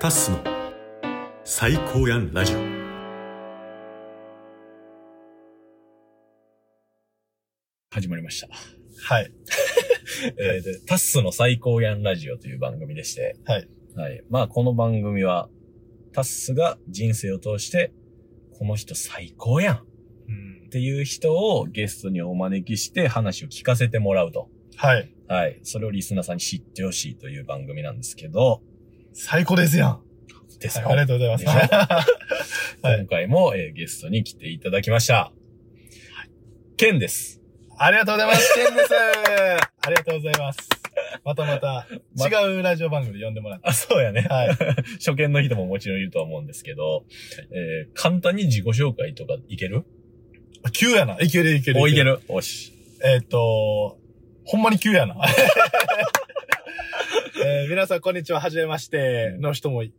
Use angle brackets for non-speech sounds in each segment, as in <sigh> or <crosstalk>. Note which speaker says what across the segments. Speaker 1: タッスの最高やんラジオ
Speaker 2: 始まりました。
Speaker 3: はい。
Speaker 2: <laughs> えーでタッスの最高やんラジオという番組でして、
Speaker 3: はい。
Speaker 2: はい。まあ、この番組は、タッスが人生を通して、この人最高やんっ
Speaker 3: うん。
Speaker 2: ていう人をゲストにお招きして話を聞かせてもらうと。
Speaker 3: はい。
Speaker 2: はい。それをリスナーさんに知ってほしいという番組なんですけど、
Speaker 3: 最高ですやん。
Speaker 2: です
Speaker 3: はい
Speaker 2: よ
Speaker 3: ありがとうございます。
Speaker 2: でしょ
Speaker 3: はい
Speaker 2: 今回も、えーゲストに来ていただきました。ケンです。
Speaker 3: <laughs> ありがとうございます。ケンです。ありがとうございます。またまた、
Speaker 2: ま
Speaker 3: 違うラジオ番組で呼んでもらっ
Speaker 2: あ、そうやね。
Speaker 3: て。はい。
Speaker 2: 初見の人ももちろんいるとは思うんですけど、えー簡単に自己紹介とかいける
Speaker 3: 急やな。いけるいける。
Speaker 2: お、いけ。る。おし。
Speaker 3: えっと、ほんまに急やな。 <laughs> えー皆さん、こんにちは。はじめまして。の人もい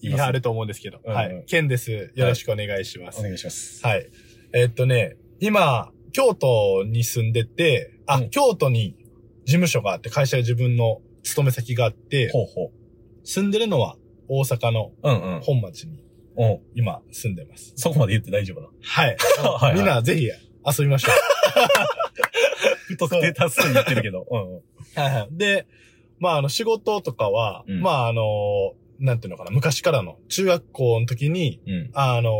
Speaker 2: い
Speaker 3: い
Speaker 2: ます
Speaker 3: はると思うんですけど。
Speaker 2: うんうん
Speaker 3: はい。ケンです。よろしくお願いします。
Speaker 2: 願いします。
Speaker 3: はい。えーっとね、今、京都に住んでて、あ、
Speaker 2: うん
Speaker 3: 京都に事務所があって、会社で自分の勤め先があって、
Speaker 2: ほうほ
Speaker 3: 住んでるのは大阪の
Speaker 2: う。うんうん。
Speaker 3: 本町に
Speaker 2: うん。
Speaker 3: 今住んでます。
Speaker 2: そこまで言って大丈夫な。
Speaker 3: はい。
Speaker 2: <laughs> はいはい
Speaker 3: みんなぜひ遊びましょ
Speaker 2: <laughs> 不特定多数に言ってるけど。うんうん。
Speaker 3: う。はいはい。で、まああの仕事とかは、
Speaker 2: うん
Speaker 3: まああの、なんていうのかな、昔からの中学校の時に、
Speaker 2: うん。
Speaker 3: あの、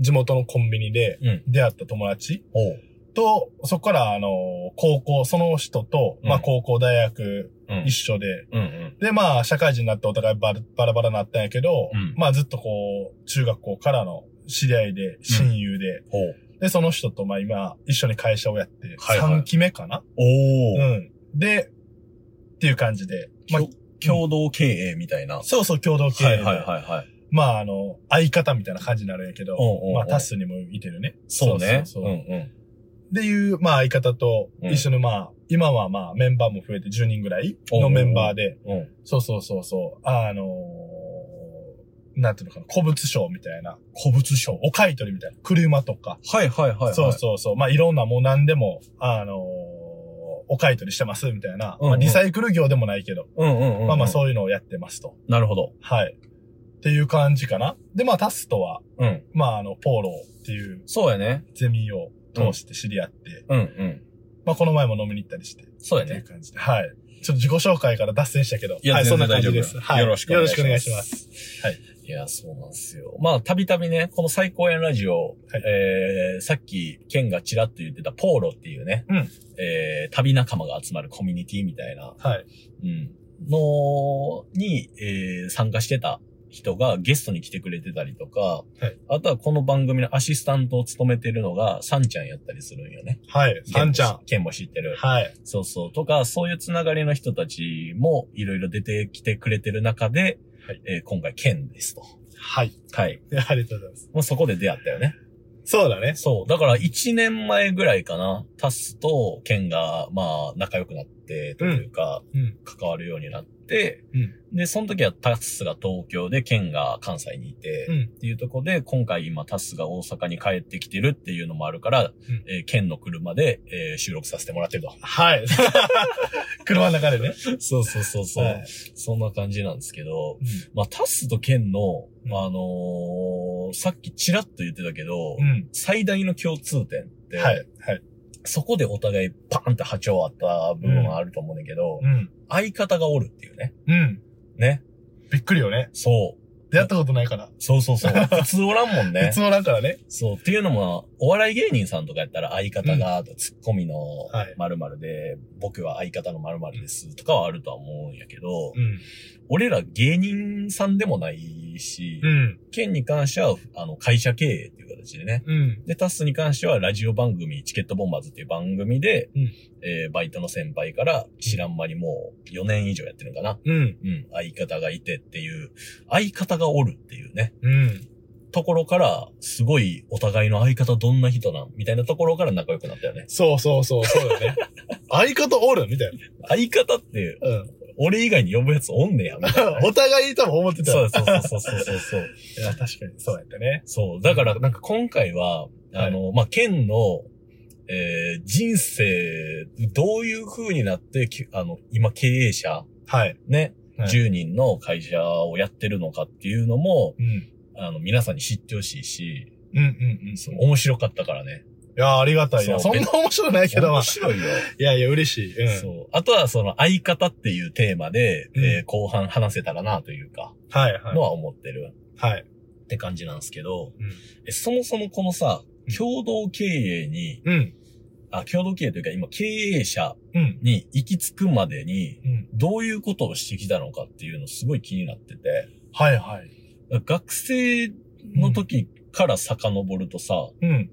Speaker 3: 地元のコンビニで
Speaker 2: うん。
Speaker 3: 出会った友達
Speaker 2: おう。
Speaker 3: と、そこから、あの、高校、その人と、
Speaker 2: うん
Speaker 3: まあ、高校、大学、
Speaker 2: うん
Speaker 3: 一。緒で、
Speaker 2: うんうん。
Speaker 3: で、まあ、社会人になってお互いバラバラバラになったんやけど、
Speaker 2: うん
Speaker 3: まあ、ずっとこう、中学校からの知り合いで、親友で、
Speaker 2: ほう。
Speaker 3: で、その人と、まあ、今、一緒に会社をやって、
Speaker 2: はいはい
Speaker 3: 3期目かな、
Speaker 2: おー。
Speaker 3: うん。で、っていう感じで、まあ
Speaker 2: きょ、共同経営みたいな。は
Speaker 3: そうそう、共同経営
Speaker 2: い
Speaker 3: で、
Speaker 2: はいはいはい。
Speaker 3: まあ、あの、相方みたいな感じになるんやけど、
Speaker 2: おうおうおう
Speaker 3: まあ、タスにもいてるね。
Speaker 2: そうね。
Speaker 3: そううそうん
Speaker 2: うん。
Speaker 3: っていう、まあ、相方と一緒に、まあ、今はまあ、メンバーも増えて10人ぐらいのメンバーで、
Speaker 2: うん。
Speaker 3: そうそうそうそう、あのー、なんていうのかな、古物商みたいな、古物商、お買い取りみたいな、車とか、
Speaker 2: はいはいはいはい。
Speaker 3: そうそうそう、まあ、いろんなもう何でも、あのー、お買い取りしてますみたいな、
Speaker 2: うんうん
Speaker 3: まあ、リサイクル業でもないけど、
Speaker 2: うん。うんうんうん。
Speaker 3: まあまあ、
Speaker 2: う
Speaker 3: そういうのをやってますと。
Speaker 2: ん。なるほど。
Speaker 3: はい。っていう感じかな。で、まあ、タスとは、
Speaker 2: うん。
Speaker 3: まあ、あの、ポーロっていう
Speaker 2: そうやね。
Speaker 3: ゼミを通して知り合って、
Speaker 2: うんうん。
Speaker 3: まあ、この前も飲みに行ったりして。
Speaker 2: そうや
Speaker 3: っていう
Speaker 2: ね。
Speaker 3: 感じで。はい。ちょっと自己紹介から脱線したけど。
Speaker 2: いや
Speaker 3: はい、
Speaker 2: 全
Speaker 3: そん
Speaker 2: 然
Speaker 3: な
Speaker 2: 大
Speaker 3: 感
Speaker 2: 丈
Speaker 3: じ
Speaker 2: 夫
Speaker 3: です。はい。
Speaker 2: よろしくお願いします
Speaker 3: よろくお願いします。
Speaker 2: いや、そうなんですよ。まあ、たびたびね、この最高円ラジオ、
Speaker 3: はい
Speaker 2: えー、さっき、ケンがちらっと言ってたポーロっていうね、
Speaker 3: うん
Speaker 2: えー、旅仲間が集まるコミュニティみたいな、
Speaker 3: はい。
Speaker 2: うん、のに、えー、参加してた人がゲストに来てくれてたりとか、
Speaker 3: い
Speaker 2: あとはこの番組のアシスタントを務めてるのが、サンちゃんやったりするんよね。
Speaker 3: はい。さんちゃん。
Speaker 2: ケンも知ってる。
Speaker 3: はい。
Speaker 2: そうそう。とか、そういうつながりの人たちもいろいろ出てきてくれてる中で、
Speaker 3: はい
Speaker 2: えー今回、ケンですと。
Speaker 3: はい。 <laughs>
Speaker 2: はい。
Speaker 3: いやありがとうございます。
Speaker 2: もうそこで出会ったよね。
Speaker 3: そうだね。
Speaker 2: そう。だから1年前ぐらいかな。タスとケンが、まあ、仲良くなって、というか、
Speaker 3: うん。
Speaker 2: 関わるようになって、で、その時はタスが東京で、ケンが関西にいて、
Speaker 3: うん
Speaker 2: っていうとこで、今回今タスが大阪に帰ってきてるっていうのもあるから、
Speaker 3: ん
Speaker 2: えーケンの車で、えー収録させてもらってると。
Speaker 3: はい。 <laughs> 車の中でね。
Speaker 2: <laughs> そうそうそうそう、
Speaker 3: はい
Speaker 2: そんな感じなんですけど、
Speaker 3: うん
Speaker 2: まあ、タスとケンの、
Speaker 3: うん
Speaker 2: あのーさっきちらっと言ってたけど、
Speaker 3: うん。
Speaker 2: 最大の共通点って、
Speaker 3: はい。はい。
Speaker 2: そこでお互いパーンって波長あった部分はあると思うんだけど、
Speaker 3: うん。
Speaker 2: 相方がおるっていうね。
Speaker 3: うん。
Speaker 2: ね。
Speaker 3: びっくりよね。
Speaker 2: そう。
Speaker 3: 出会ったことないから。
Speaker 2: そうそ
Speaker 3: <laughs>
Speaker 2: うそう。普通おらんもんね
Speaker 3: いつ。もなんからね。
Speaker 2: そう。っていうのも、お笑い芸人さんとかやったら相方が、ツッコミの
Speaker 3: はい
Speaker 2: 〇〇で、僕は相方の〇〇ですとかはあるとは思うんやけど、
Speaker 3: うん。
Speaker 2: 俺ら芸人さんでもないし、
Speaker 3: うん。
Speaker 2: 県に関しては、あの、会社経営っていう形でね、
Speaker 3: うん。
Speaker 2: で、タスに関しては、ラジオ番組、チケットボンバーズっていう番組で、
Speaker 3: うん
Speaker 2: えーバイトの先輩から、知らん間にもう4年以上やってるのかな。
Speaker 3: うん。
Speaker 2: うん、相方がいてっていう、相方がおるっていうね、
Speaker 3: うん。
Speaker 2: ところから、すごいお互いの相方どんな人なんみたいなところから仲良くなったよね。
Speaker 3: そうそうそう、そうだ
Speaker 2: <laughs>
Speaker 3: よね。相方おるみたい
Speaker 2: 相方って、
Speaker 3: な。うん。
Speaker 2: 俺以外に呼ぶやつおんね <laughs> や、みたいな。
Speaker 3: お互い多分思ってた
Speaker 2: そ
Speaker 3: よ。
Speaker 2: うそうそうそうそうそう。
Speaker 3: いや、確かに。そうやったね。
Speaker 2: そう。だから、なんか今回は、あの、まあ、県の、えー人生、どういう風になって、きあの、今経営者、
Speaker 3: はい。
Speaker 2: ね、
Speaker 3: はい
Speaker 2: 10人の会社をやってるのかっていうのも、
Speaker 3: うん。
Speaker 2: あの、皆さんに知ってほしいし、
Speaker 3: うんうんうん。
Speaker 2: そう面白かったからね。
Speaker 3: いやー、ありがたいな。そ
Speaker 2: そ
Speaker 3: う
Speaker 2: 別
Speaker 3: んな面白くないけど、まあ
Speaker 2: 面白いよ。
Speaker 3: いやいや、嬉しい。うん。
Speaker 2: そう。あとはその相方っていうテーマで、
Speaker 3: うん
Speaker 2: えー後半話せたらなというか、
Speaker 3: はいはい。
Speaker 2: のは思ってる
Speaker 3: はい。
Speaker 2: って感じなんですけど、
Speaker 3: うん
Speaker 2: えそもそもこのさ、共同経営に、
Speaker 3: うん。
Speaker 2: あ、共同経営というか今経営者
Speaker 3: うん。
Speaker 2: に行き着くまでに、
Speaker 3: うん。
Speaker 2: どういうことをしてきたのかっていうのすごい気になってて、
Speaker 3: はいはい。
Speaker 2: 学生の時から遡るとさ、
Speaker 3: うん。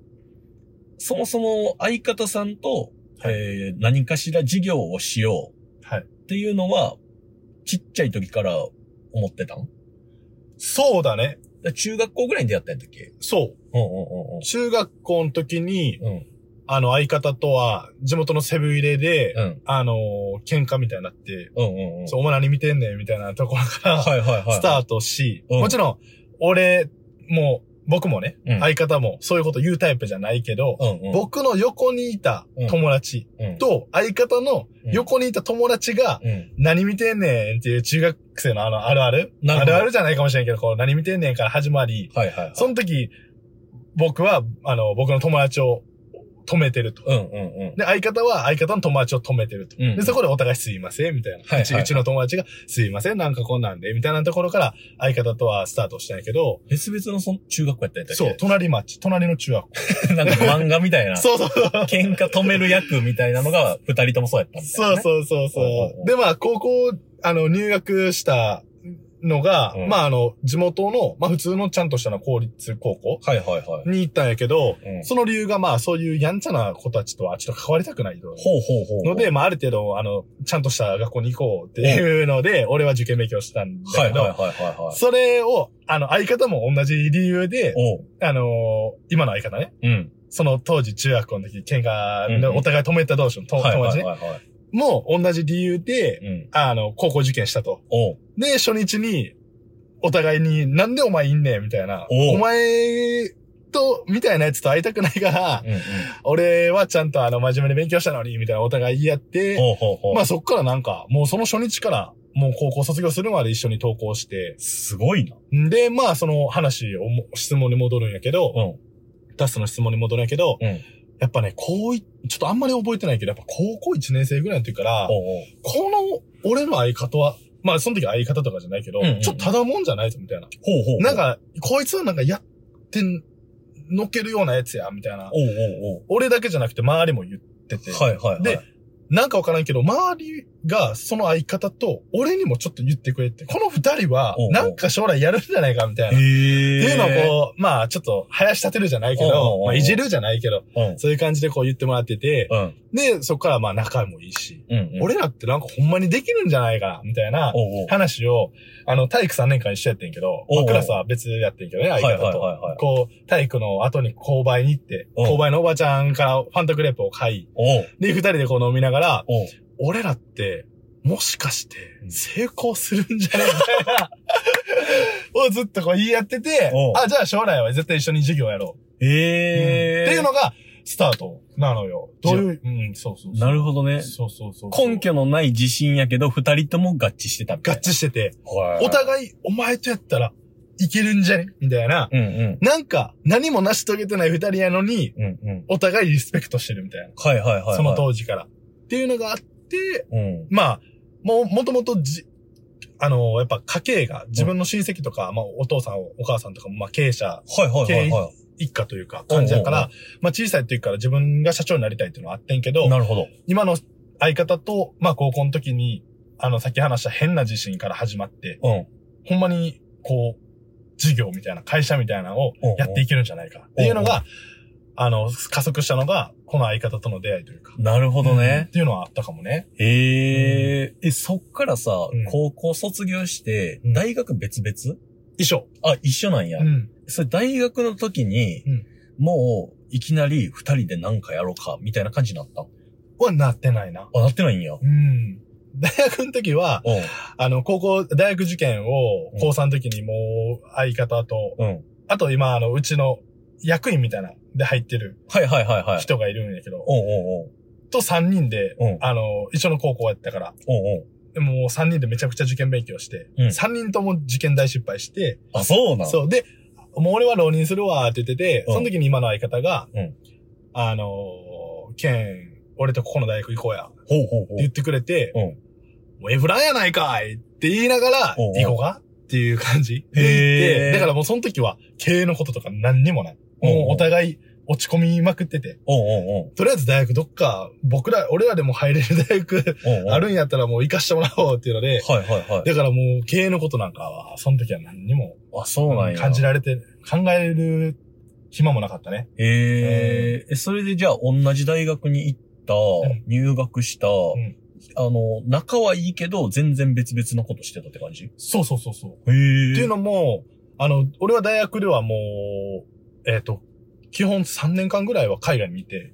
Speaker 2: そもそも相方さんと、
Speaker 3: はい
Speaker 2: えー何かしら事業をしよ。
Speaker 3: はいう
Speaker 2: っていうのは、ちっちゃい時から思ってたんだか
Speaker 3: そうだね。
Speaker 2: ら中学校ぐらいに出会ったんだっけ
Speaker 3: そ
Speaker 2: うん
Speaker 3: う。中学校の時に、
Speaker 2: うんうんうん。
Speaker 3: あの、相方とは、地元のセブン入れで、
Speaker 2: うん。
Speaker 3: あのー喧嘩みたいになって、
Speaker 2: うんうんうん。
Speaker 3: そう、お前何見てんねんみたいなところから、
Speaker 2: はいはいはい。
Speaker 3: スタートし、
Speaker 2: うん
Speaker 3: もちろん、俺も、僕もね、
Speaker 2: うん
Speaker 3: 相方もそういうこと言うタイプじゃないけど、
Speaker 2: うんうん。
Speaker 3: 僕の横にいた友達
Speaker 2: うん、
Speaker 3: と、相方の横にいた友達が、
Speaker 2: うん。
Speaker 3: 何見てんねんっていう中学生のあの、あるある
Speaker 2: な
Speaker 3: あ
Speaker 2: るほど
Speaker 3: るあるじゃないかもしれんけど、こう、何見てんねんから始まり、
Speaker 2: はいはいはい。
Speaker 3: その時、僕は、あの、僕の友達を止めてると。
Speaker 2: うんうんうん。
Speaker 3: で、相方は相方の友達を止めてると。
Speaker 2: うん
Speaker 3: で、そこでお互いすいません、みたいな。
Speaker 2: はいはいう
Speaker 3: ち
Speaker 2: はいう
Speaker 3: ちの友達が、すいません、なんかこんなんで、みたいなところから、相方とはスタートしたんやけど、
Speaker 2: 別々のその中学校やったんやったっ
Speaker 3: そう、隣町、隣の中学校。
Speaker 2: け <laughs> なんか漫画みたい
Speaker 3: <laughs>
Speaker 2: な。
Speaker 3: そうそうそう。
Speaker 2: 喧嘩止める役みたいなのが二人ともそうやったみたいな、
Speaker 3: そう
Speaker 2: ね。
Speaker 3: そう
Speaker 2: う。
Speaker 3: そう
Speaker 2: うん
Speaker 3: そ
Speaker 2: うんうん
Speaker 3: う。で、まあ、高校、あの、入学したのが、
Speaker 2: うん
Speaker 3: まあ、あの、地元の、まあ、普通のちゃんとしたの公立高校
Speaker 2: はいはいはい。
Speaker 3: に行ったんやけど、
Speaker 2: うん
Speaker 3: その理由が、まあ、そういうやんちゃな子たちとはちょっと関わりたくないと。
Speaker 2: ほうほうほう。
Speaker 3: ので、、まあ、ある程度、あの、ちゃんとした学校に行こうっていうので、俺は受験勉強したんだ
Speaker 2: はい
Speaker 3: け
Speaker 2: はいはい
Speaker 3: ど、
Speaker 2: はいはい。
Speaker 3: それを、あの、相方も同じ理由で、
Speaker 2: おう。
Speaker 3: あのー今の相方ね、
Speaker 2: うん。
Speaker 3: その当時中学校の時、喧嘩
Speaker 2: うんうん
Speaker 3: のお互い止めた同士のと
Speaker 2: はい
Speaker 3: 友
Speaker 2: は
Speaker 3: 達
Speaker 2: い
Speaker 3: ね、
Speaker 2: はいはい。
Speaker 3: もう同じ理由で、
Speaker 2: うん。
Speaker 3: あの、高校受験したと。
Speaker 2: おう。
Speaker 3: で、初日に、お互いに、なんでお前いんねんみたいな。
Speaker 2: おう
Speaker 3: お前と、みたいなやつと会いたくないから、
Speaker 2: うんうん。
Speaker 3: 俺はちゃんとあの、真面目に勉強したのに、みたいなお互い言い合って、
Speaker 2: ほうほうほう。
Speaker 3: まあそっからなんか、もうその初日から、もう高校卒業するまで一緒に登校して、
Speaker 2: すごいな。
Speaker 3: んで、まあその話をも、質問に戻るんやけど、
Speaker 2: うん。
Speaker 3: ダスの質問に戻るんやけど、
Speaker 2: うん
Speaker 3: やっぱね、高一、ちょっとあんまり覚えてないけど、やっぱ高校1年生ぐらいの時から、
Speaker 2: おう
Speaker 3: この、俺の相方は、まあ、その時は相方とかじゃないけど、
Speaker 2: うんうんうん
Speaker 3: ちょっとただもんじゃないぞ、みたいな。
Speaker 2: ほうほう。
Speaker 3: なん、か、こいつはなんかやってん、のけるようなやつや、みたいな。
Speaker 2: おうおう
Speaker 3: 俺だけじゃなくて周りも言ってて。
Speaker 2: おう。はいはいはい。
Speaker 3: で、なんかわからんけど、周りがその相方と、俺にもちょっと言ってくれって。この二人は
Speaker 2: おうおう、
Speaker 3: なんか将来やるんじゃないか、みたい
Speaker 2: へ
Speaker 3: な。っ
Speaker 2: え。
Speaker 3: ていうの
Speaker 2: は
Speaker 3: をこう、まあ、ちょっと、林立てるじゃないけ
Speaker 2: おうおうおう
Speaker 3: ど、まあ、いじるじゃないけど、
Speaker 2: う、うん。
Speaker 3: そういう感じでこう言ってもらってて、
Speaker 2: うん。
Speaker 3: で、そっからまあ、仲もいいし。
Speaker 2: うんうん。
Speaker 3: 俺らってなんかほんまにできるんじゃないかな、みたいな
Speaker 2: おうおう。
Speaker 3: 話を、あの、体育3年間一緒やってんけど、
Speaker 2: おうおう
Speaker 3: まあクラスは別やってんけどね、相方
Speaker 2: はいはいはいはい
Speaker 3: と。こう、体育の後に購買に行って、
Speaker 2: おう
Speaker 3: 購買のおばちゃんからファンタグレープを買い、
Speaker 2: おう
Speaker 3: で、二人でこう飲みながら、
Speaker 2: おう。
Speaker 3: 俺らって、もしかして
Speaker 2: う、ん
Speaker 3: 成功するんじゃないみたいな、 <laughs> をずっとこう言い合ってて
Speaker 2: おう、
Speaker 3: あ、じゃあ将来は絶対一緒に授業やろう。
Speaker 2: へえ。
Speaker 3: っていうのが、スタートなのよ。どういう、うん、そうそうそう。
Speaker 2: なるほどね。
Speaker 3: そうそうそうそう。
Speaker 2: 根拠のない自信やけど、二人とも合致してたみたい
Speaker 3: 合
Speaker 2: な。
Speaker 3: 致してて、
Speaker 2: はい。
Speaker 3: お互い、お前とやったらいけるんじゃねみたいな。
Speaker 2: うんうん。
Speaker 3: なんか、何も成し遂げてない二人やのに、
Speaker 2: うんうん。
Speaker 3: お互いリスペクトしてるみたいな。
Speaker 2: はいはいはいはい。
Speaker 3: その当時から。っていうのがあって、
Speaker 2: うん。
Speaker 3: まあ、もう、もともとじ、あの、やっぱ家計が、自分の親戚とか、まあ、お父さん、お母さんとかも、まあ、経営者
Speaker 2: はいはいはいは
Speaker 3: 一家というか、感じだか
Speaker 2: おうお
Speaker 3: ら、まあ、小さい時から自分が社長になりたいっていうのはあってんけど
Speaker 2: い。、なるほど。
Speaker 3: 今の相方と、まあ、高校の時に、あの、さっき話した変な地震から始まって、
Speaker 2: うん。
Speaker 3: ほんまに、こう、事業みたいな、会社みたいなのを
Speaker 2: うんうん
Speaker 3: やっていけるんじゃないか。っていうのが、あの、加速したのが、この相方との出会いというか。
Speaker 2: なるほど
Speaker 3: っ
Speaker 2: ね。
Speaker 3: ていうのはあったかもね。
Speaker 2: へえ。え、そっからさ
Speaker 3: うん、
Speaker 2: 高校卒業して、
Speaker 3: うん
Speaker 2: 大学別々
Speaker 3: 衣装。
Speaker 2: あ、一緒なんや
Speaker 3: う。ん。
Speaker 2: それ大学の時に
Speaker 3: うん、
Speaker 2: もう、いきなり二人で何かやろうか、みたいな感じになった。
Speaker 3: はなってないな。
Speaker 2: あ、なってないんや。うん。
Speaker 3: うん。大学の時は、あの、高校、大学受験を
Speaker 2: うん、
Speaker 3: 高3の時にもう、相方と、
Speaker 2: うん。
Speaker 3: あと今、あの、うちの役員みたいな、で入ってる
Speaker 2: はいはいはいはい。
Speaker 3: 人がいるんやけど、
Speaker 2: おうおうおう。
Speaker 3: と3人で
Speaker 2: うん、
Speaker 3: あの、一緒の高校やったから、
Speaker 2: おう
Speaker 3: でももう3人でめちゃくちゃ受験勉強して、
Speaker 2: うん
Speaker 3: 3人とも受験大失敗して、
Speaker 2: あ、そうなう。
Speaker 3: そう、で、もう俺は浪人するわって言ってて、
Speaker 2: うん
Speaker 3: その時に今の相方が、
Speaker 2: うん
Speaker 3: あのー、県、俺とここの大学行こうや、って
Speaker 2: ほうほうほ
Speaker 3: 言ってくれて、
Speaker 2: う。うん。
Speaker 3: もうエフランやないかいって言いながら、
Speaker 2: おうおう
Speaker 3: 行こうかっていう感じで
Speaker 2: へー
Speaker 3: 行って、だからもうその時は経営のこととか何にもない。
Speaker 2: おう
Speaker 3: も
Speaker 2: おう
Speaker 3: うお互い落ち込みまくってて、
Speaker 2: おうおうおう
Speaker 3: とりあえず大学どっか、僕ら、俺らでも入れる大学
Speaker 2: おうおう
Speaker 3: あるんやったらもう行かしてもらおうっていうので、
Speaker 2: はいはいはい。
Speaker 3: だからもう経営のことなんかは、その時は何にも
Speaker 2: あ、そうなんや。
Speaker 3: 感じられて、考える暇もなかったね。
Speaker 2: ええ、それでじゃあ同じ大学に行った
Speaker 3: ん、
Speaker 2: 入学した、
Speaker 3: ん
Speaker 2: あの、仲はいいけど、全然別々のことしてたって感じへえ。
Speaker 3: そうそうそうそう。
Speaker 2: って
Speaker 3: って
Speaker 2: い
Speaker 3: いうのも、あの、俺は大学ではもう、えっ、と、基本3年間ぐらいは海外にいて、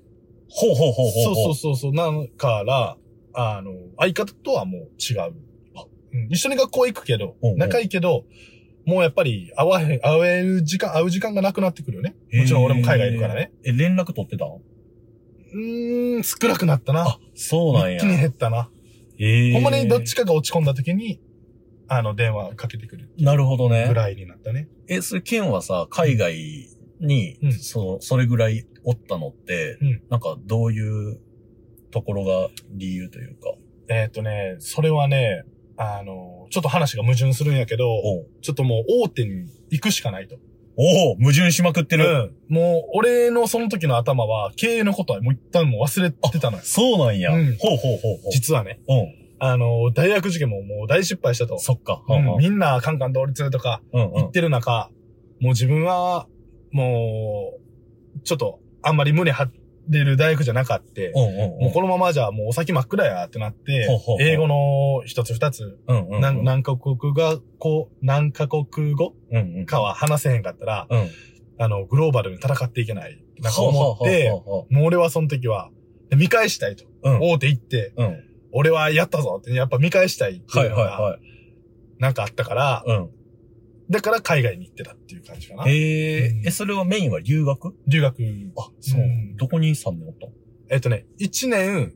Speaker 2: ほうほうほうほうほう。
Speaker 3: そうそうそうそう。なんから、あの、相方とはもう違う。うん一緒に学校行くけど
Speaker 2: うんう、ん
Speaker 3: 仲いいけど、もうやっぱり会わへん、会える時間、会う時間がなくなってくるよね。
Speaker 2: へー
Speaker 3: もちろん俺も海外いるからね。。
Speaker 2: え、連絡取ってたん
Speaker 3: うーん、少なくなったな
Speaker 2: あ。、そうなんや。
Speaker 3: 一気に減ったな。
Speaker 2: ええ。
Speaker 3: ほんまにどっちかが落ち込んだ時に、あの、電話かけてくる
Speaker 2: なるほどね
Speaker 3: ぐ。らいになったね。
Speaker 2: え、それ、ケンはさ、海外に、
Speaker 3: うん
Speaker 2: そそれぐらいおったのって、
Speaker 3: うん
Speaker 2: なんか、どういうところが理由というか。
Speaker 3: えっ、とね、それはね、あの、ちょっと話が矛盾するんやけど、
Speaker 2: おう
Speaker 3: ちょっともう大手に行くしかないと。
Speaker 2: おう矛盾しまくってる。
Speaker 3: うん。もう、俺のその時の頭は、経営のことはもう一旦もう忘れてたのよ。
Speaker 2: そうなんや。
Speaker 3: うん
Speaker 2: ほうほうほうほう。
Speaker 3: 実はね、
Speaker 2: うん。
Speaker 3: あの、大学受験ももう大失敗したと。
Speaker 2: そっか。
Speaker 3: うん
Speaker 2: うん
Speaker 3: みんなカンカン同率とか
Speaker 2: うんう
Speaker 3: 言
Speaker 2: ん
Speaker 3: っ。てる中、もう自分は、もう、ちょっと、あんまり胸張れる大学じゃなかった。
Speaker 2: うんうんう。
Speaker 3: もうんこのままじゃもうお先真っ暗やってなって
Speaker 2: ほうほうほう、
Speaker 3: 英語の一つ二つ、
Speaker 2: うんうんうん。
Speaker 3: 何何カ国が、こう、何カ国語
Speaker 2: うんうん。
Speaker 3: かは話せへんかったら、
Speaker 2: うん。
Speaker 3: あの、グローバルに戦っていけない、なんか思って、
Speaker 2: ほうほ
Speaker 3: もう俺はその時は、で見返したいと。
Speaker 2: うほうほう
Speaker 3: 大手行って、
Speaker 2: うん。うん。
Speaker 3: 俺はやったぞって、やっぱ見返したいって
Speaker 2: はいいう
Speaker 3: の
Speaker 2: はい
Speaker 3: が、
Speaker 2: はい。
Speaker 3: なんかあったから、
Speaker 2: うん。
Speaker 3: だから海外に行ってたっていう感じかな。
Speaker 2: へえ
Speaker 3: う、ん
Speaker 2: え、それはメインは留学
Speaker 3: 留学。
Speaker 2: あ、そう
Speaker 3: うん。
Speaker 2: どこに3年おったの
Speaker 3: えっとね、1年、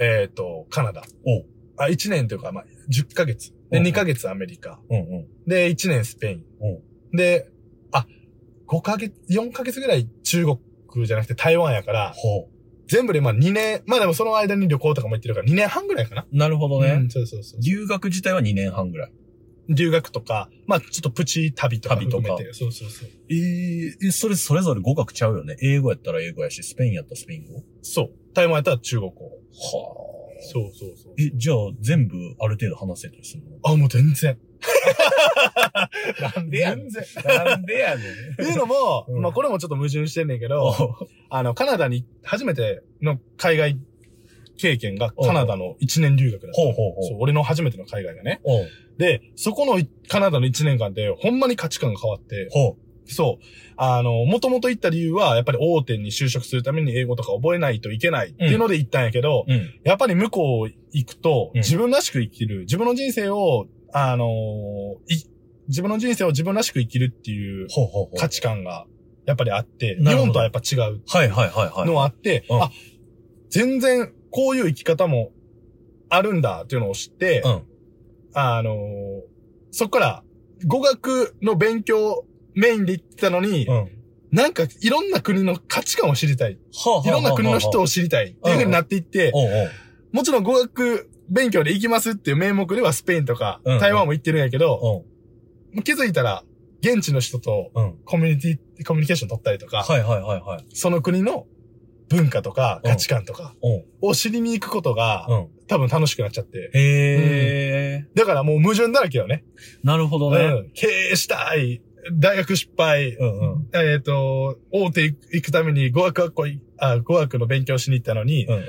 Speaker 3: えっ、と、カナダ。
Speaker 2: おう
Speaker 3: あ、1年というか、まあ、10ヶ月。で、
Speaker 2: うん
Speaker 3: 2ヶ月アメリカ。
Speaker 2: うんうん。
Speaker 3: で、1年スペイン。
Speaker 2: おう
Speaker 3: で、あ、5ヶ月、4ヶ月ぐらい中国じゃなくて台湾やから、
Speaker 2: ほ
Speaker 3: 全部でまあ2年、まあでもその間に旅行とかも行ってるから2年半ぐらいかな。
Speaker 2: う。なるほどね。
Speaker 3: うんそうそうそう。
Speaker 2: 留学自体は2年半ぐらい。
Speaker 3: 留学とか、まあちょっとプチ旅とか
Speaker 2: 旅と
Speaker 3: 含
Speaker 2: か
Speaker 3: めて。そうそうそう。
Speaker 2: えええ、それそれぞれ語学ちゃうよね。英語やったら英語やし、スペインやったらスペイン語。
Speaker 3: そう。台湾やったら中国語。
Speaker 2: はあ。
Speaker 3: そうそうそう。
Speaker 2: え、じゃあ全部ある程度話せたりするの
Speaker 3: あ、もう全然。
Speaker 2: なん
Speaker 3: 全然。
Speaker 2: なんでやね
Speaker 3: っていうのも、
Speaker 2: <laughs> うん
Speaker 3: まあこれもちょっと矛盾してんねんけど、
Speaker 2: ん。
Speaker 3: あの、カナダに、初めての海外経験がカナダの1年留学だった。
Speaker 2: ほうほうほう
Speaker 3: そう、俺の初めての海外がね。
Speaker 2: おう
Speaker 3: で、そこのいカナダの1年間で、ほんまに価値観が変わって、
Speaker 2: ほう。
Speaker 3: そう。あの、もともと行った理由は、やっぱり大手に就職するために英語とか覚えないといけないっていうので行ったんやけど、
Speaker 2: うん。
Speaker 3: やっぱり向こう行くと、
Speaker 2: うん
Speaker 3: 自分らしく生きる、自分の人生を、あのーい自分の人生を自分らしく生きるっていう
Speaker 2: ほうほうほう。
Speaker 3: 価値観が、やっぱりあって、日
Speaker 2: なるほど
Speaker 3: 本とはやっぱ違う
Speaker 2: はいはいはいはい。
Speaker 3: のはあって、
Speaker 2: うん
Speaker 3: あ、全然こういう生き方もあるんだっていうのを知って、
Speaker 2: うん。
Speaker 3: あのーそっから語学の勉強メインで行ってたのに、
Speaker 2: うん。は
Speaker 3: なんかいろんな国の価値観を知りたい。
Speaker 2: あはあはあはあ
Speaker 3: いろんな国の人を知りたいっていう風になっていって、
Speaker 2: おうおう
Speaker 3: もちろん語学勉強で行きますっていう名目ではスペインとか
Speaker 2: うん
Speaker 3: 台湾も行ってるんやけど、
Speaker 2: おう
Speaker 3: 気づいたら現地の人と
Speaker 2: うん。
Speaker 3: コミュニティ、コミュニケーション取ったりとか、
Speaker 2: はいはいはいはい。
Speaker 3: その国の文化とか
Speaker 2: うん
Speaker 3: 価値観とか
Speaker 2: おう
Speaker 3: を知りに行くことが
Speaker 2: うん。
Speaker 3: 多分楽しくなっちゃって。
Speaker 2: へえ、
Speaker 3: だからもう矛盾だらけよね。
Speaker 2: なるほどね。
Speaker 3: うん経営したい、大学失敗、
Speaker 2: うんうん。
Speaker 3: えっ、と、大手行くために語学学校いあ、語学の勉強しに行ったのに、
Speaker 2: うんうん。
Speaker 3: い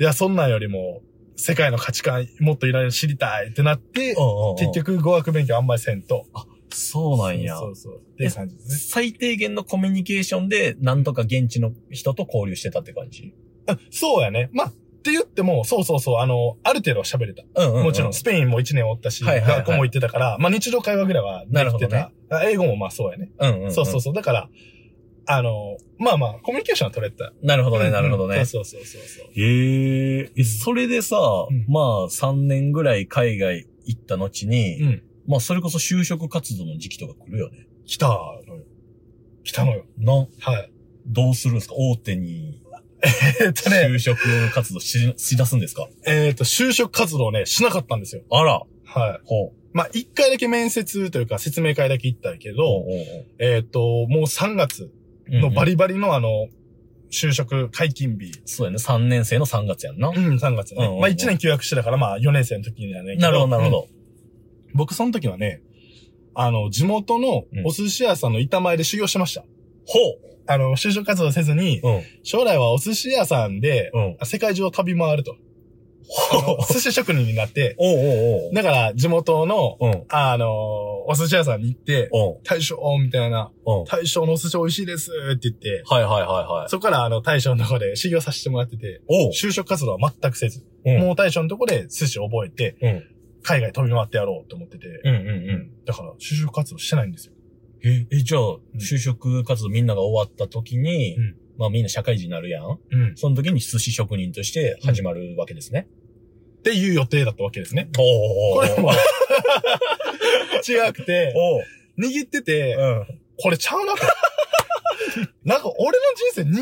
Speaker 3: や、そんなんよりも世界の価値観もっといろいろ知りたいってなって、結
Speaker 2: 結、
Speaker 3: 局語学勉強あんまりせんと。
Speaker 2: そうなんや。
Speaker 3: そうそうそう。っていう感じですね。
Speaker 2: 最低限のコミュニケーションで、なんとか現地の人と交流してたって感じ。
Speaker 3: あそうやね。まあ、って言っても、そうそうそう、あの、ある程度は喋れた。
Speaker 2: うん、
Speaker 3: もちろん、スペインも1年おったし、
Speaker 2: はいはいはい
Speaker 3: 学校も行ってたから、まあ日常会話ぐらいはで
Speaker 2: なるほ
Speaker 3: き
Speaker 2: ど
Speaker 3: て
Speaker 2: ね
Speaker 3: た。あ英語もまあそうやね。
Speaker 2: うんうん、
Speaker 3: そうそうそう。だから、あの、まあまあ、コミュニケーションは取れた。
Speaker 2: なるほどね、なるほど
Speaker 3: うん
Speaker 2: ね。
Speaker 3: そうそうそうそう。
Speaker 2: へえ、えそれでさ、
Speaker 3: うん
Speaker 2: まあ3年ぐらい海外行った後に、
Speaker 3: うん。
Speaker 2: まあそれこそ就職活動の時期とか来るよね。
Speaker 3: 来たのよ。来たのよ。
Speaker 2: な、
Speaker 3: はい。 <laughs>
Speaker 2: どうするんですか大手に
Speaker 3: えっとね、
Speaker 2: 就職活動し、しだすんですか
Speaker 3: えっと、就職活動をね、しなかったんですよ。
Speaker 2: あら、
Speaker 3: はい。
Speaker 2: ほう。
Speaker 3: まあ、一回だけ面接というか説明会だけ行ったけど、
Speaker 2: う
Speaker 3: えっと、もう3月
Speaker 2: おう
Speaker 3: のバ
Speaker 2: リ、
Speaker 3: リバリのあの、就職解禁日。
Speaker 2: そうやね。3年生の3月やんな。
Speaker 3: うん、3月ね。
Speaker 2: うんうんうん
Speaker 3: まあ、1年休学してたから、まあ、4年生の時にはね。
Speaker 2: なるほど、なるほど。
Speaker 3: うん。僕、その時はね、あの、地元のお寿司屋さんの板前で修行してました。あの、就職活動せずに、
Speaker 2: ほう。うん。
Speaker 3: 将来はお寿司屋さんで、
Speaker 2: うん。
Speaker 3: 世界中を旅回ると。
Speaker 2: ほう。
Speaker 3: 寿司職人になって、
Speaker 2: おうおう
Speaker 3: だから、地元の、
Speaker 2: おう。うん。
Speaker 3: あのーお寿司屋さんに行って、
Speaker 2: おう。
Speaker 3: 大将、みたいな、
Speaker 2: おう。
Speaker 3: 大将のお寿司美味しいですって言って、
Speaker 2: はいはいはいはい。
Speaker 3: そこからあの、大将のとこで修行させてもらってて、
Speaker 2: おう。
Speaker 3: 就職活動は全くせず、
Speaker 2: うん
Speaker 3: もう大将のとこで寿司を覚えて、
Speaker 2: うん。
Speaker 3: 海外飛び回ってやろうと思ってて、
Speaker 2: うんうんうん。
Speaker 3: だから、就職活動してないんですよ。
Speaker 2: え、え、じゃあ、
Speaker 3: ん
Speaker 2: 就職活動みんなが終わった時に、
Speaker 3: うん
Speaker 2: まあみんな社会人になるやん。
Speaker 3: うん。
Speaker 2: その時に寿司職人として始まるわけですね。
Speaker 3: っていう予定だったわけですね。
Speaker 2: お
Speaker 3: これも <laughs>
Speaker 2: おう、
Speaker 3: 違くて、
Speaker 2: おう。
Speaker 3: 握ってて、
Speaker 2: うん。
Speaker 3: これちゃうなと。 <laughs> なんか俺の人生握る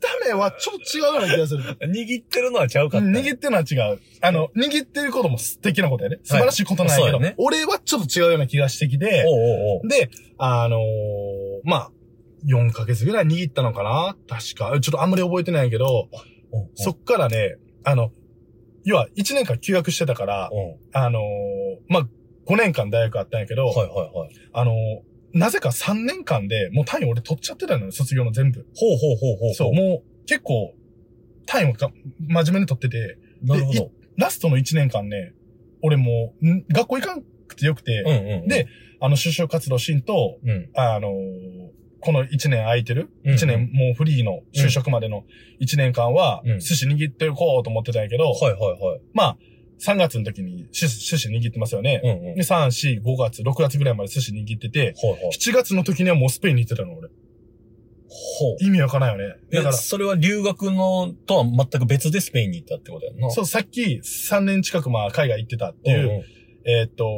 Speaker 3: ためはちょっと違うような気がする。
Speaker 2: 握ってるのはちゃうかった。
Speaker 3: 握ってるのは違う。あの、握ってることも素敵なことやね。素晴らしいことなんやけど、
Speaker 2: そうやね
Speaker 3: 俺はちょっと違うような気がしてきて、
Speaker 2: おうおうおう。
Speaker 3: で、あのーまあ、4ヶ月ぐらい握ったのかな確か。ちょっとあんまり覚えてないけど、
Speaker 2: おう
Speaker 3: そっからね、あの、要は1年間休学してたから、
Speaker 2: おう。
Speaker 3: あのーまあ、5年間大学あったんやけど、
Speaker 2: はいはいはい。
Speaker 3: あのーなぜか3年間で、もう単位俺取っちゃってたのよ、卒業の全部。
Speaker 2: ほうほうほうほう。
Speaker 3: そう、もう結構、単位をか真面目に取ってて、
Speaker 2: う。なるほ
Speaker 3: で
Speaker 2: ど。
Speaker 3: ラストの1年間ね、俺もうん学校行かんくてよくて、
Speaker 2: うんうんうん。
Speaker 3: であの、就職活動しんと、
Speaker 2: うん。
Speaker 3: あのーこの1年空いてる、
Speaker 2: うん
Speaker 3: 1年もうフリーの就職までの1年間は
Speaker 2: うん、
Speaker 3: 寿司握っていこうと思ってたんやけど、
Speaker 2: はいはいはい。
Speaker 3: まあ、3月の時に寿司寿司握ってますよね。
Speaker 2: うんうん。
Speaker 3: で、3、4、5月、6月ぐらいまで寿司握ってて、
Speaker 2: ほうほう。
Speaker 3: 7月の時にはもうスペインに行ってたの、俺。
Speaker 2: ほう。
Speaker 3: 意味わからんよね。だか
Speaker 2: え、
Speaker 3: ら、
Speaker 2: それは留学のとは全く別でスペインに行ったってことやんな。
Speaker 3: そう、さっき3年近くまあ海外行ってたって
Speaker 2: うん
Speaker 3: いうう、
Speaker 2: ん。
Speaker 3: えーっと、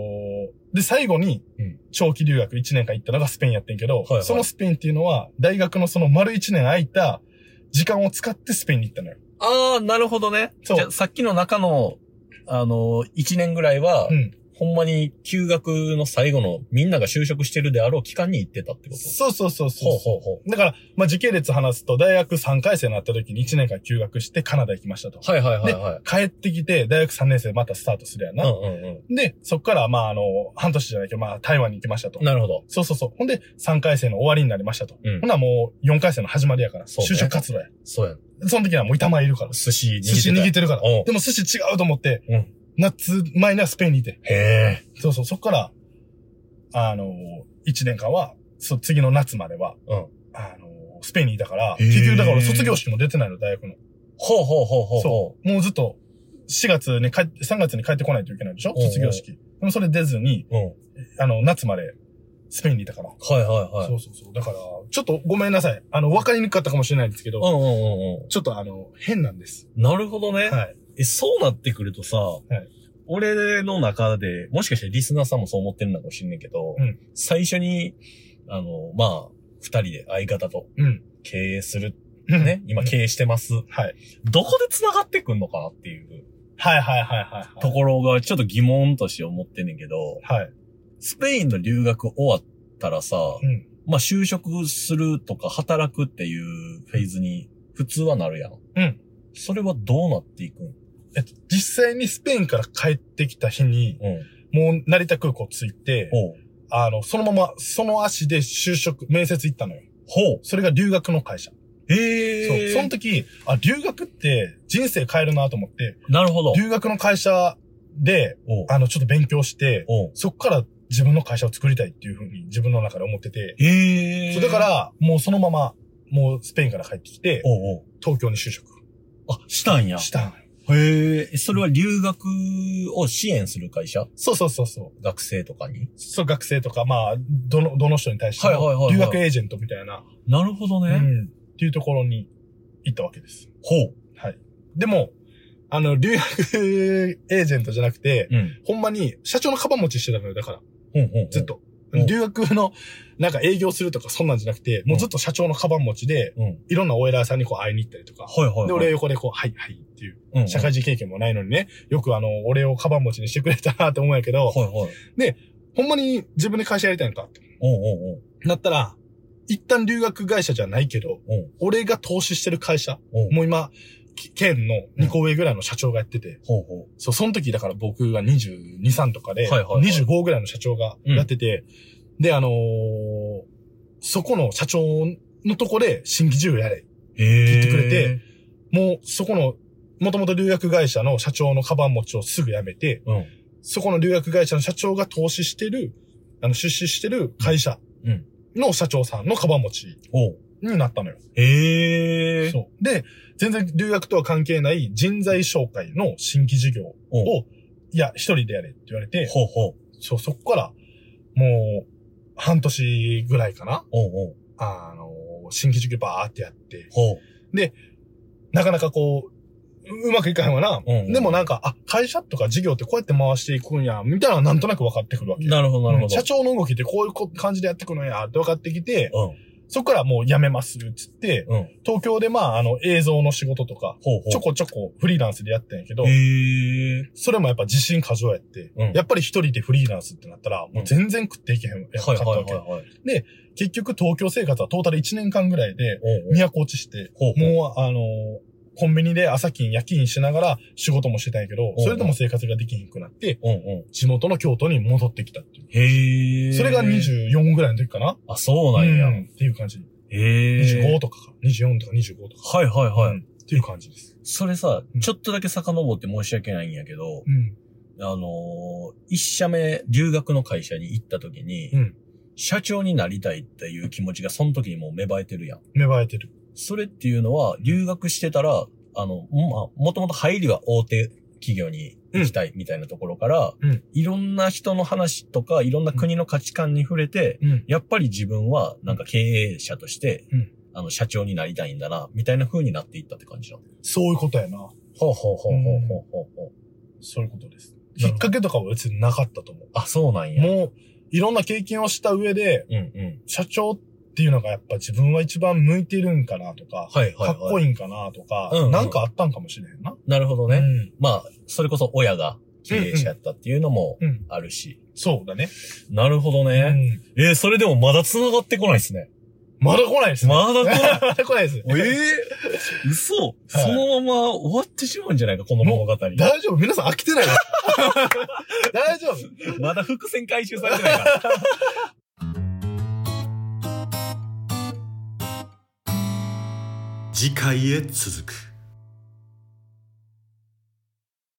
Speaker 3: で、最後に
Speaker 2: うん、
Speaker 3: 長期留学1年間行ったのがスペインやってんけど、
Speaker 2: はいはい
Speaker 3: そのスペインっていうのは、大学のその丸1年空いた時間を使ってスペインに行ったのよ。
Speaker 2: ああ、なるほどね。
Speaker 3: そう
Speaker 2: じゃあさっきの中の、あの、1年ぐらいは、
Speaker 3: うん。
Speaker 2: ほんまに休学の最後のみんなが就職してるであろう期間に行ってたってこと
Speaker 3: そうそうそうそう。
Speaker 2: ほうほうほ
Speaker 3: だから、まあ、時系列話すと、大学3回生になった時に1年間休学してカナダ行きましたと。
Speaker 2: う。はいはいはいはい。
Speaker 3: 帰ってきて、大学3年生またスタートするやん
Speaker 2: う
Speaker 3: な。
Speaker 2: んうんう
Speaker 3: で、そっから、まあ、あの、半年じゃないけど、まあ、台湾に行きましたと
Speaker 2: ん。。なるほど。
Speaker 3: そうそうそう。ほんで、3回生の終わりになりましたと。
Speaker 2: うん
Speaker 3: ほな、もう4回生の始まりやから、
Speaker 2: そうね
Speaker 3: 就職活動や。
Speaker 2: そうやん。
Speaker 3: その時はもう板前いるから。
Speaker 2: 寿司握ってた
Speaker 3: 寿司握ってるから
Speaker 2: うん。
Speaker 3: でも寿司違うと思って、
Speaker 2: うん
Speaker 3: 夏前にはスペインにいて。
Speaker 2: へえ。
Speaker 3: そうそう、そっから、あの、1年間は、そ次の夏までは、
Speaker 2: うん
Speaker 3: あの、スペインにいたから、
Speaker 2: へー
Speaker 3: 結局だから俺卒業式も出てないの、大学の。
Speaker 2: ほうほうほうほうほ
Speaker 3: もうずっと、4月に帰って、3月に帰ってこないといけないでしょ
Speaker 2: うんうん
Speaker 3: 卒業式。でもそれ出ずに、
Speaker 2: う。うん。はい
Speaker 3: あの、夏まで、スペインにいたから。
Speaker 2: はいはい。
Speaker 3: そうそうそう。だから、ちょっとごめんなさい。あの、わかりにくかったかもしれないんですけど、
Speaker 2: うんうんうんう
Speaker 3: ちょっとあの、変なんです。
Speaker 2: ん。なるほどね。
Speaker 3: はい。
Speaker 2: え、そうなってくるとさ、
Speaker 3: い
Speaker 2: 俺の中で、もしかしてリスナーさんもそう思ってるのかもしんないけど、
Speaker 3: うん
Speaker 2: 最初に、あの、まあ、二人で相方と
Speaker 3: うん。
Speaker 2: 経営する、
Speaker 3: うん
Speaker 2: ね、今経営してます。
Speaker 3: はい。
Speaker 2: どこで繋がってくんのかなっていう
Speaker 3: はいはいはいはいはい。
Speaker 2: ところがちょっと疑問として思ってんねんけど、
Speaker 3: はい。
Speaker 2: スペインの留学終わったらさ、
Speaker 3: うん。
Speaker 2: まあ就職するとか働くっていうフェーズに普通はなるやん。
Speaker 3: うん。
Speaker 2: それはどうなっていくん
Speaker 3: えっと、実際にスペインから帰ってきた日に、
Speaker 2: うん。
Speaker 3: もう成田空港着いて、
Speaker 2: ほう。
Speaker 3: あの、そのまま、その足で就職、面接行ったのよ。
Speaker 2: ほう。
Speaker 3: それが留学の会社。
Speaker 2: へ
Speaker 3: そう。その時、あ、留学って人生変えるなと思って、
Speaker 2: なるほど。
Speaker 3: 留学の会社で、
Speaker 2: おう
Speaker 3: あの、ちょっと勉強して、
Speaker 2: おう
Speaker 3: そっから自分の会社を作りたいっていうふうに自分の中で思ってて、
Speaker 2: へえ。
Speaker 3: そうだか、ら、もうそのまま、もうスペインから帰ってきて、
Speaker 2: おうおう
Speaker 3: 東京に就職
Speaker 2: あ、したんや。
Speaker 3: したんよ。へえ。
Speaker 2: えそれは留学を支援する会社
Speaker 3: そうそうそうそう。
Speaker 2: 学生とかに
Speaker 3: そう、学生とか、まあ、どの、どの人に対して
Speaker 2: はいはいはいは
Speaker 3: も、
Speaker 2: い
Speaker 3: 留学エージェントみたいな、
Speaker 2: なるほどね。
Speaker 3: うんっていうところに行ったわけです。
Speaker 2: ほう。
Speaker 3: でも、あの、留学エージェントじゃなくて、
Speaker 2: うん。
Speaker 3: ほんまに社長のカバン持ちしてたのよ、だから、
Speaker 2: ほうほうほう
Speaker 3: ずっ。と。
Speaker 2: うん
Speaker 3: 留学の、なんか営業するとかそんなんじゃなくて、もうずっと社長のカバン持ちで、
Speaker 2: うん。はい
Speaker 3: いろんなお偉いさんにこう会いに行ったりとか。
Speaker 2: はいはい。
Speaker 3: で、俺横でこう、はいはいっていう、
Speaker 2: うん、
Speaker 3: 社会人経験もないのにね、よくあの、俺をカバン持ちにしてくれたなって思うんやけど、
Speaker 2: はいはい。
Speaker 3: ほんまに自分で会社やりたいのかって。
Speaker 2: おうおう
Speaker 3: なったら、一旦留学会社じゃないけど、
Speaker 2: おう。
Speaker 3: 俺が投資してる会社、
Speaker 2: おうおう。
Speaker 3: もう今、き県の2個上ぐらいの社長がやってて、
Speaker 2: ほうほう。
Speaker 3: そう、その時だから僕が22、3とかで、
Speaker 2: はいはいはい
Speaker 3: 25ぐらいの社長がやってて、で、あのーそこの社長のとこで新規事業やれ。
Speaker 2: へえ。
Speaker 3: 聞いてくれて。もう、そこの、もともと留学会社の社長のカバン持ちをすぐ辞めて、
Speaker 2: うん。
Speaker 3: そこの留学会社の社長が投資してる、あの、出資してる会社
Speaker 2: うん
Speaker 3: の社長さんのカバン持ち
Speaker 2: おう。
Speaker 3: になったのよ。
Speaker 2: へえ。
Speaker 3: そう。で、全然留学とは関係ない人材紹介の新規事業を、
Speaker 2: おう。
Speaker 3: いや、一人でやれって言われて、
Speaker 2: ほうほう。
Speaker 3: そう、そこから、もう、半年ぐらいかな
Speaker 2: おうおう。
Speaker 3: あの、新規事業バーってやって、
Speaker 2: ほう。
Speaker 3: なかなかこう、ううまくいかへんわな。
Speaker 2: うんうん
Speaker 3: でもなんか、あ、会社とか事業ってこうやって回していくんや、みたいなのはなんとなく分かってくるわけ。
Speaker 2: なるほどなるほ
Speaker 3: うん
Speaker 2: ど。
Speaker 3: 社長の動きってこういうこ感じでやってくのや、って分かってきて、
Speaker 2: うん。
Speaker 3: そこからもう辞めます、つって、
Speaker 2: うん。
Speaker 3: 東京でまあ、あの、映像の仕事とか、
Speaker 2: ほうほう。
Speaker 3: ちょこちょこフリーランスでやったんやけど、
Speaker 2: へえ。
Speaker 3: それもやっぱ自信過剰やって、
Speaker 2: うん
Speaker 3: やっぱり一人でフリーランスってなったら、もう全然食っていけへんやんか
Speaker 2: は
Speaker 3: っ
Speaker 2: い
Speaker 3: た
Speaker 2: はい
Speaker 3: わ
Speaker 2: はい
Speaker 3: け。
Speaker 2: はい。
Speaker 3: 結局東京生活はトータル1年間ぐらいで、
Speaker 2: おうおう。
Speaker 3: 都落ちして、
Speaker 2: ほうほう。
Speaker 3: もうあのーコンビニで朝勤夜勤しながら仕事もしてたんやけど
Speaker 2: う、ん
Speaker 3: それでも生活ができひんくなって、
Speaker 2: うんうん。
Speaker 3: 地元の京都に戻ってきたっていう。
Speaker 2: へえ。
Speaker 3: それが。24ぐらいの時かな
Speaker 2: あ、そうなんや。
Speaker 3: うんっていう感じ。
Speaker 2: へえ。
Speaker 3: 25とかか、24とか25とか。
Speaker 2: はいはいは
Speaker 3: うん
Speaker 2: い。
Speaker 3: っていう感じです。
Speaker 2: それさ
Speaker 3: う、ん
Speaker 2: ちょっとだけ遡って申し訳ないんやけど、
Speaker 3: うん。
Speaker 2: あのー、一社目、留学の会社に行った時に、
Speaker 3: うん
Speaker 2: 社長になりたいっていう気持ちがその時にもう芽生えてるやん。
Speaker 3: 芽生えてる。
Speaker 2: それっていうのは、留学してたら、あの、まあ、もともと入りは大手企業に行きたいみたいなところから、
Speaker 3: うん
Speaker 2: いろんな人の話とか、いろんな国の価値観に触れて、
Speaker 3: うん。
Speaker 2: やっぱり自分はなんか経営者として、
Speaker 3: うん
Speaker 2: あの、社長になりたいんだな、みたいな風になっていったって感じなの。
Speaker 3: そういうことやな。
Speaker 2: ほうほうほうほうほうほうほう。
Speaker 3: そういうことです。
Speaker 2: なるほど
Speaker 3: きっかけとかは別になかったと思う。
Speaker 2: あ、そうなんや。
Speaker 3: もう、いろんな経験をした上で、
Speaker 2: うんうん。
Speaker 3: 社長っていうのがやっぱ自分は一番向いてるんかなとか、
Speaker 2: はいはいはい。
Speaker 3: かっこいいんかなとか、
Speaker 2: うんうん
Speaker 3: なんかあったんかもしれんな。
Speaker 2: なるほどね。
Speaker 3: うん
Speaker 2: まあ、それこそ親が経営者やったっていうのも
Speaker 3: うん。
Speaker 2: あるし。
Speaker 3: そうだね。
Speaker 2: なるほ
Speaker 3: う
Speaker 2: どね。
Speaker 3: ん
Speaker 2: えーそれでもまだ繋がってこないですね。
Speaker 3: まだ来ないですね。
Speaker 2: まだ来ない。
Speaker 3: <laughs> まだ来ないです。
Speaker 2: <laughs> えー、嘘そのまま終わってしまうんじゃないか、この物語。
Speaker 3: 大丈夫皆さん飽きて
Speaker 2: <laughs>
Speaker 3: ないわ大丈夫
Speaker 2: まだ伏線回収されてないから。
Speaker 1: 次回へ続く